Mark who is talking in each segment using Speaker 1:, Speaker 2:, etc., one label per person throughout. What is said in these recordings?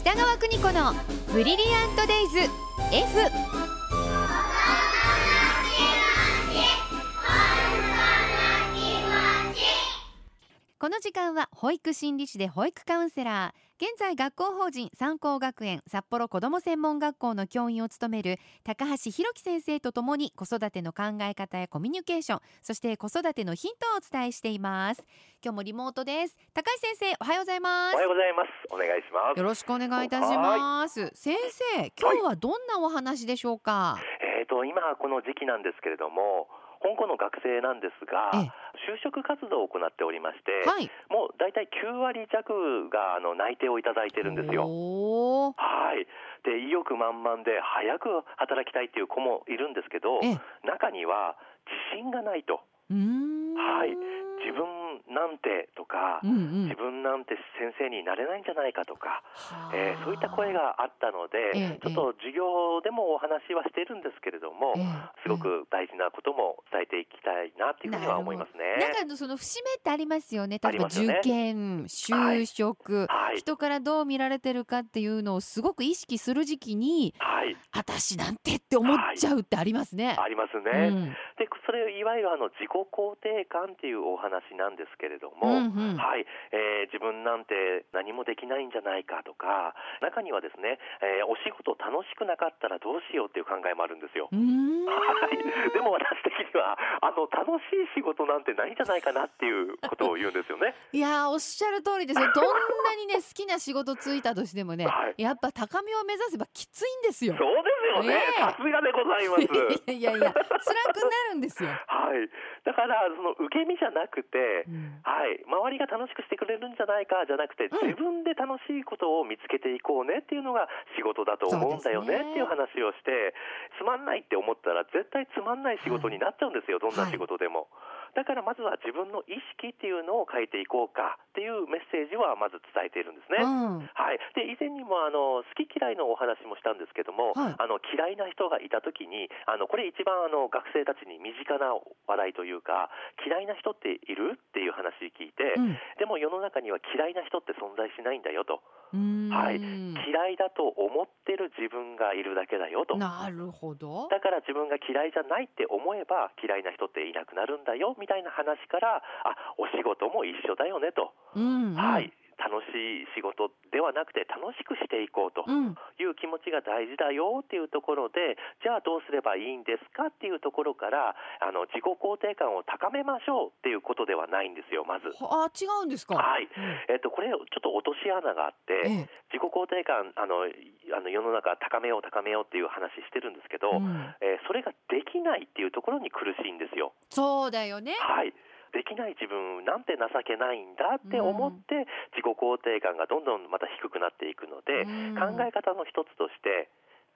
Speaker 1: 北川邦子のブリリアントデイズ F この時間は保育心理士で保育カウンセラー現在学校法人三高学園札幌子ども専門学校の教員を務める高橋弘樹先生とともに子育ての考え方やコミュニケーションそして子育てのヒントをお伝えしています今日もリモートです高橋先生おはようございます
Speaker 2: おはようございます。お願いします
Speaker 1: よ。ろしくお願いいたします。先生、今日はどんなお話でしょうか。
Speaker 2: えっ、と今この時期なんですけれども、香港の学生なんですが、
Speaker 1: ええ
Speaker 2: 就職活動を行っておりまして、
Speaker 1: はい。
Speaker 2: もうだいたい9割弱があの内定をいただいてるんですよ。
Speaker 1: おー
Speaker 2: はい。で意欲満々で早く働きたいっていう子もいるんですけど
Speaker 1: ええ、
Speaker 2: 中には自信がないと、
Speaker 1: うーん。
Speaker 2: はい自分なんてとか
Speaker 1: う。んうん
Speaker 2: 自。分なんて先生になれないんじゃないかとか、
Speaker 1: はあ
Speaker 2: えーそういった声。があったの
Speaker 1: ええ
Speaker 2: で、ちょっと授業でもお話はしているんですけれども、
Speaker 1: ええ
Speaker 2: すご。く大事なことも伝えていきたいなっていうふうには思います
Speaker 1: ええなん
Speaker 2: ね。
Speaker 1: かあのその節目ってありますよね。例
Speaker 2: あ
Speaker 1: え
Speaker 2: り
Speaker 1: ば
Speaker 2: ます
Speaker 1: 受
Speaker 2: よね
Speaker 1: 験、就職、
Speaker 2: はい、
Speaker 1: 人からどう見られてるかっていうのをすごく意識する時期に、
Speaker 2: はい、
Speaker 1: 私なんてって思っちゃうってありますね。
Speaker 2: あります
Speaker 1: う
Speaker 2: ね。
Speaker 1: ん
Speaker 2: で、それいわゆるあの自己肯定感っていうお話なんですけれど
Speaker 1: う
Speaker 2: も。
Speaker 1: んうん。
Speaker 2: はい、えー自分なんて何もできないんじゃないかとか中にはですね、えーお仕事楽しくなかったらどうしようっていう考えもあるんですよ
Speaker 1: う。ーん。
Speaker 2: はい、でも私的にはあの楽しい仕事なんてないんじゃないかなっていうことを言うんですよね。
Speaker 1: いやーおっしゃる通りですよどんなにね好きな仕事ついたとしても ね、
Speaker 2: はい
Speaker 1: やっぱ高みを目指せばきついんです
Speaker 2: そ
Speaker 1: よ
Speaker 2: うですよね
Speaker 1: ねえ
Speaker 2: さすがでござい ます。
Speaker 1: いやいやいや辛くなるんですよ、
Speaker 2: はい、だからその受け身じゃなくて、
Speaker 1: うん
Speaker 2: はい、周りが楽しくしてくれるんじゃないかじゃなくて、
Speaker 1: うん
Speaker 2: 自分で楽しいことを見つけていこうねっていうのが仕事だと思うんだよね
Speaker 1: そうですね
Speaker 2: っていう話をして、つまんないって思ったら絶対つまんない仕事になっちゃうんですよ、どんな仕事でも。だからまずは自分の意識っていうのを変えていこうかっていうメッセージはまず伝えているんですね。
Speaker 1: うん
Speaker 2: はい、で以前にもあの好き嫌いのお話もしたんですけども、
Speaker 1: はい
Speaker 2: あの嫌いな人がいた時にあのこれ一番あの学生たちに身近な話題というか嫌いな人っているっていう話聞いて、
Speaker 1: うん
Speaker 2: でも世の中には嫌いな人って存在しないんだよと、
Speaker 1: うーん
Speaker 2: はい嫌いだと思ってる自分がいるだけだよと。
Speaker 1: なるほど
Speaker 2: だから自分が嫌いじゃないって思えば嫌いな人っていなくなるんだよみたいな話からあお仕事も一緒だよねと、
Speaker 1: うん、うん、
Speaker 2: はい、楽しい仕事ではなくて楽しくしていこうと、
Speaker 1: うん
Speaker 2: いう気持ちが大事だよっていうところでじゃあどうすればいいんですかっていうところからあの自己肯定感を高めましょうっていうことではないんですよまず。
Speaker 1: あ違うんですか
Speaker 2: はい
Speaker 1: うん
Speaker 2: えっと、これちょっと落とし穴があって
Speaker 1: ええ
Speaker 2: 自己肯定感あのいあの世の中高めよう高めようっていう話してるんですけど、
Speaker 1: うん
Speaker 2: えーそれができないっていうところに苦しいんですよ。
Speaker 1: そうだよね
Speaker 2: はいできない自分なんて情けないんだって思って自己肯定感がどんどんまた低くなっていくので、考え方の一つとして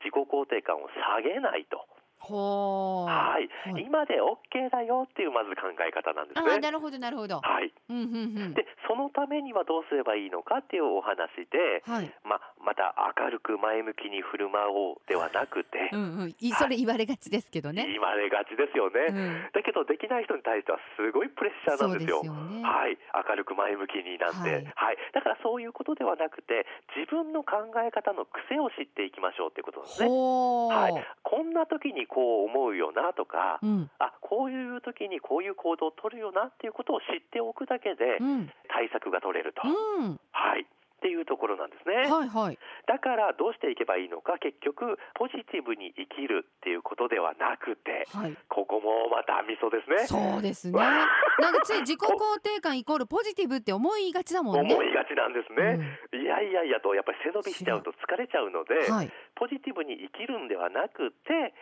Speaker 2: 自己肯定感を下げないと、
Speaker 1: ほう
Speaker 2: はい
Speaker 1: はい
Speaker 2: 今で OK だよっていうまず考え方なんで
Speaker 1: あ
Speaker 2: す
Speaker 1: ー
Speaker 2: ね。
Speaker 1: なるほどなるほど
Speaker 2: はい、
Speaker 1: うんうんうん
Speaker 2: でそのためにはどうすればいいのかっていうお話で、
Speaker 1: はい
Speaker 2: ままた明るく前向きに振る舞おうではなくて、
Speaker 1: うんうんいそれ言われがちですけどね
Speaker 2: 言われがちですよね、
Speaker 1: うん
Speaker 2: だけどできない人に対してはすごいプレッシャー
Speaker 1: そ
Speaker 2: な
Speaker 1: うんで
Speaker 2: ですす
Speaker 1: よ
Speaker 2: よ。
Speaker 1: ね
Speaker 2: はい、明るく前向きになんて、
Speaker 1: は
Speaker 2: はいいだからそういうことではなくて自分の考え方の癖を知っていきましょうっていうことなんですね。
Speaker 1: ほう、
Speaker 2: はい、こんな時にこう思うよなとか、
Speaker 1: うん
Speaker 2: あこういう時にこういう行動を取るよなっていうことを知っておくだけで
Speaker 1: うん
Speaker 2: 対策が取れると、
Speaker 1: うん
Speaker 2: はい、っていうところなんですね、
Speaker 1: はいはい
Speaker 2: だからどうしていけばいいのか結局ポジティブに生きるっていうことではなくて
Speaker 1: はい
Speaker 2: ここもまたミソですね
Speaker 1: そうですねなんかつい自己肯定感イコールポジティブって思いがちだもんね
Speaker 2: 思いがちなんですね、いやいやいやとやっぱり背伸びしちゃうと疲れちゃうので、
Speaker 1: うんはい
Speaker 2: ポジティブに生きるんではなくて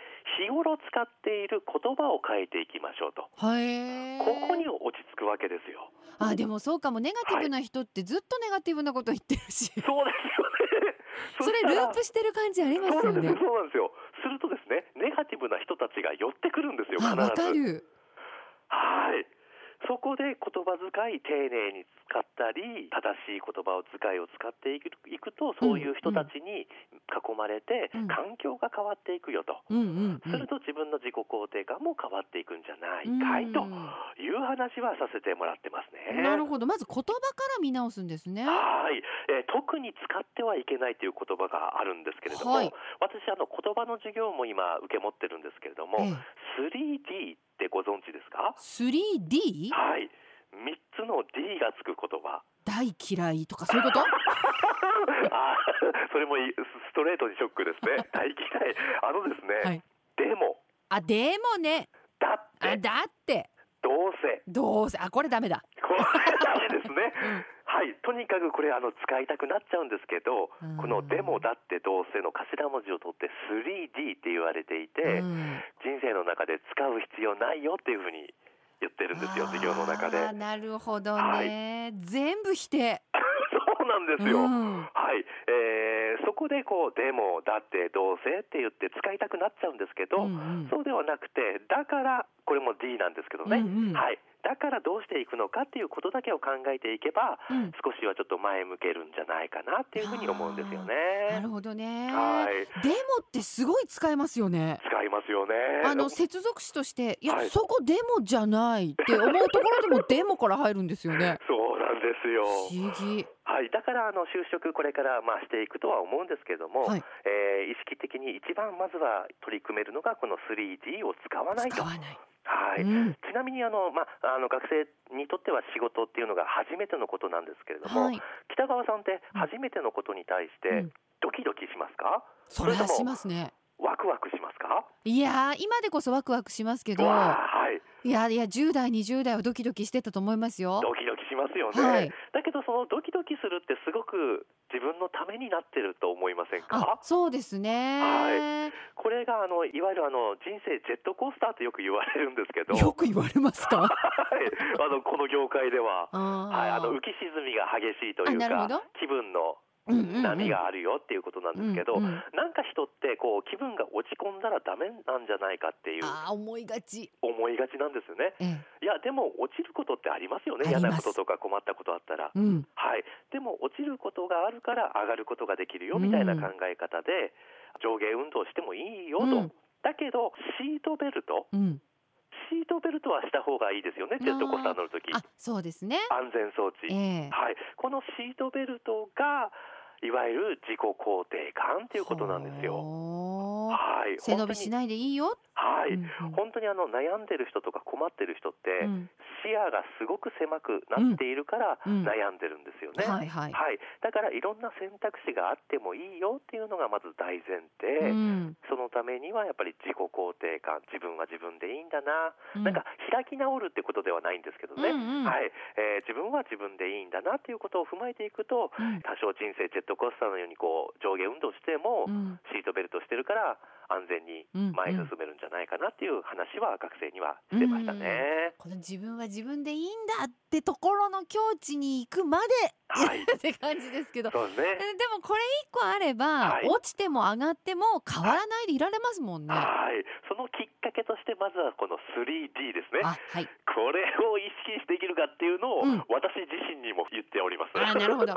Speaker 2: 日頃使っている言葉を変えていきましょうと
Speaker 1: はい
Speaker 2: ここに落ち着くわけで すよ。
Speaker 1: あでもそうかもネガティブな人ってずっとネガティブなこと言ってるし
Speaker 2: そうです
Speaker 1: そ
Speaker 2: よね。
Speaker 1: れループしてる感じあります
Speaker 2: そう
Speaker 1: よ
Speaker 2: なんです
Speaker 1: ね
Speaker 2: よ。そうなんですよ。するとですね、ネガティブな人たちが寄ってくるんですよ。必
Speaker 1: あわか
Speaker 2: ず。
Speaker 1: る
Speaker 2: はい。そこで言葉遣い丁寧に使ったり正しい言葉を使いを使っていくいくとそういう人たちに囲まれて
Speaker 1: うん
Speaker 2: 環境が変わっていくよと、
Speaker 1: うんうんう
Speaker 2: する
Speaker 1: ん
Speaker 2: と自分の自己肯定感も変わっていくんじゃな
Speaker 1: う
Speaker 2: い
Speaker 1: ん
Speaker 2: かいという話はさせてもらってますね。
Speaker 1: なるほどまず言葉から見直すんですね
Speaker 2: はい、えー特に使ってはいけないという言葉があるんですけれども、
Speaker 1: はい
Speaker 2: 私あの言葉の授業も今受け持ってるんですけれども、
Speaker 1: ええ
Speaker 2: 3D ってご存知ですか
Speaker 1: 3D
Speaker 2: はい3つの D がつく 言葉
Speaker 1: 大嫌いとかそういうこと
Speaker 2: あーそれもいいストレートにショックですね大嫌いあのですね、
Speaker 1: はい
Speaker 2: でも
Speaker 1: あでもね
Speaker 2: だっ
Speaker 1: あ
Speaker 2: て
Speaker 1: だって
Speaker 2: どうせ
Speaker 1: どうせあこれダメだ
Speaker 2: これダメですね、はいとにかくこれあの使いたくなっちゃうんですけどこの「でもだってどうせ」の頭文字を取って 3D って言われていて、
Speaker 1: うん
Speaker 2: 人生の中で使う必要ないよっていうふうに言ってるんですよ授業の中で
Speaker 1: あーなるほどね、全部否定
Speaker 2: そうなんですよ、
Speaker 1: うん
Speaker 2: はい、えーそこでこう「でもだってどうせ」って言って使いたくなっちゃうんですけど、
Speaker 1: うんうん
Speaker 2: そうではなくてだからこれも D なんですけどね、
Speaker 1: うんうん
Speaker 2: はいだからどうしていくのかっていうことだけを考えていけば
Speaker 1: うん
Speaker 2: 少しはちょっと前向けるんじゃないかなっていうふうに思うんですよね。
Speaker 1: なるほどね
Speaker 2: はい
Speaker 1: でもってすごい使えますよね
Speaker 2: 使いますよね。
Speaker 1: あの接続詞としていや、
Speaker 2: はい
Speaker 1: そこでもじゃないって思うところでも でもから入るんですよね
Speaker 2: そうなんです
Speaker 1: 不
Speaker 2: よ。
Speaker 1: 思議
Speaker 2: はい、だからあの就職これからまあしていくとは思うんですけれども、
Speaker 1: はい
Speaker 2: えー意識的に一番まずは取り組めるのがこの 3D を使わない
Speaker 1: 使
Speaker 2: と。
Speaker 1: わない、
Speaker 2: はい。
Speaker 1: うん
Speaker 2: ちなみにあの、まあ、あの学生にとっては仕事っていうのが初めてのことなんですけれども、
Speaker 1: はい
Speaker 2: 北川さんって初めてのことに対し
Speaker 1: う
Speaker 2: て
Speaker 1: ん
Speaker 2: ドキドキしますか、
Speaker 1: それ
Speaker 2: それ
Speaker 1: は
Speaker 2: とも
Speaker 1: しますね
Speaker 2: ワクワクしますか
Speaker 1: いやー今でこそワクワクしますけど
Speaker 2: わあはい、
Speaker 1: いやいや10代20代はドキドキしてたと思いますよ
Speaker 2: ドキドキしますよね、
Speaker 1: はい
Speaker 2: だけどそのドキドキするってすごく自分のためになってると思いません
Speaker 1: あ
Speaker 2: か
Speaker 1: そうですね、
Speaker 2: これがあのいわゆるあの人生ジェットコースターとよく言われるんですけど、
Speaker 1: よく言われました
Speaker 2: はいあのこの業界では、
Speaker 1: あー
Speaker 2: はい、あの浮き沈みが激しいと
Speaker 1: あ
Speaker 2: いう
Speaker 1: なるほど
Speaker 2: か気分の
Speaker 1: うんうんうん
Speaker 2: 波があるよっていうことなんですけど、
Speaker 1: うんうん
Speaker 2: なんか人ってこう気分が落ち込んだらダメなんじゃないかっていう
Speaker 1: あー思いがち、
Speaker 2: 思いがちなんですよね
Speaker 1: ええ
Speaker 2: いやでも落ちることってありますよね
Speaker 1: ありま
Speaker 2: 嫌
Speaker 1: す
Speaker 2: なこととか困ったことあったら
Speaker 1: うん、
Speaker 2: はい、でも落ちることがあるから上がることができるよみたいな考え方で、上下運動してもいいよと、
Speaker 1: うん
Speaker 2: だけどシートベルト
Speaker 1: うん、
Speaker 2: シートベルトはした方がいいですよね
Speaker 1: あー
Speaker 2: ジェットコースター乗るとき
Speaker 1: あそうですね
Speaker 2: 安全装置、
Speaker 1: ええ
Speaker 2: はい、このシートベルトがいわゆる自己肯定感ということなんですよ。
Speaker 1: ほー
Speaker 2: はい、
Speaker 1: 背伸びし
Speaker 2: い、
Speaker 1: ないでいいよ。
Speaker 2: はい
Speaker 1: うんうん
Speaker 2: 本当にあの悩んでる人とか困ってる人って、
Speaker 1: うん
Speaker 2: 視野がすごく狭くなっているから
Speaker 1: うんうん
Speaker 2: 悩んでるんですよね。
Speaker 1: はいはい。
Speaker 2: はい、だからいろんな選択肢があってもいいよっていうのがまず大前
Speaker 1: う
Speaker 2: 提、
Speaker 1: ん
Speaker 2: そのためにはやっぱり自己肯定感自分は自分でいいんだな、
Speaker 1: うん
Speaker 2: なんか開き直るってことではないんですけどね、
Speaker 1: うんうん
Speaker 2: はいえー自分は自分でいいんだなっていうことを踏まえていくと
Speaker 1: うん
Speaker 2: 多少人生ジェットコースターのようにこう上下運動しても、
Speaker 1: うん
Speaker 2: シートベルトしてるから安全に
Speaker 1: うん
Speaker 2: 前に進めるんじゃないかなっていう話は学生にはしてましたね。
Speaker 1: この自分は自分でいいんだってところの境地に行くまで、
Speaker 2: はい
Speaker 1: って感じですけど。
Speaker 2: そうです
Speaker 1: え
Speaker 2: ね
Speaker 1: でもこれ一個あれば、
Speaker 2: はい
Speaker 1: 落ちても上がっても変わらないでいられますもんね。あ
Speaker 2: はい、そのきっかけとしてまずはこの 3D ですね。
Speaker 1: はい。
Speaker 2: これを意識できるかっていうのを、
Speaker 1: うん
Speaker 2: 私自身にも言っております。
Speaker 1: あなるほど。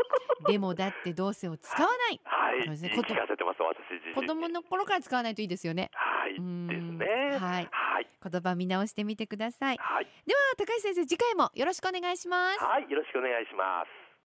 Speaker 1: でもだってどうせを使わない。
Speaker 2: はい、
Speaker 1: そう
Speaker 2: 言
Speaker 1: ですね
Speaker 2: い聞かせてます、私自
Speaker 1: 子
Speaker 2: 身
Speaker 1: 供
Speaker 2: に。
Speaker 1: の頃から使わないといいですよね。
Speaker 2: はい、
Speaker 1: うーん
Speaker 2: ですね。
Speaker 1: はい
Speaker 2: はい、
Speaker 1: 言葉見直してみてください。
Speaker 2: はい、
Speaker 1: では高橋先生次回もよろしくお願いします。
Speaker 2: はい、よろしくお願いします。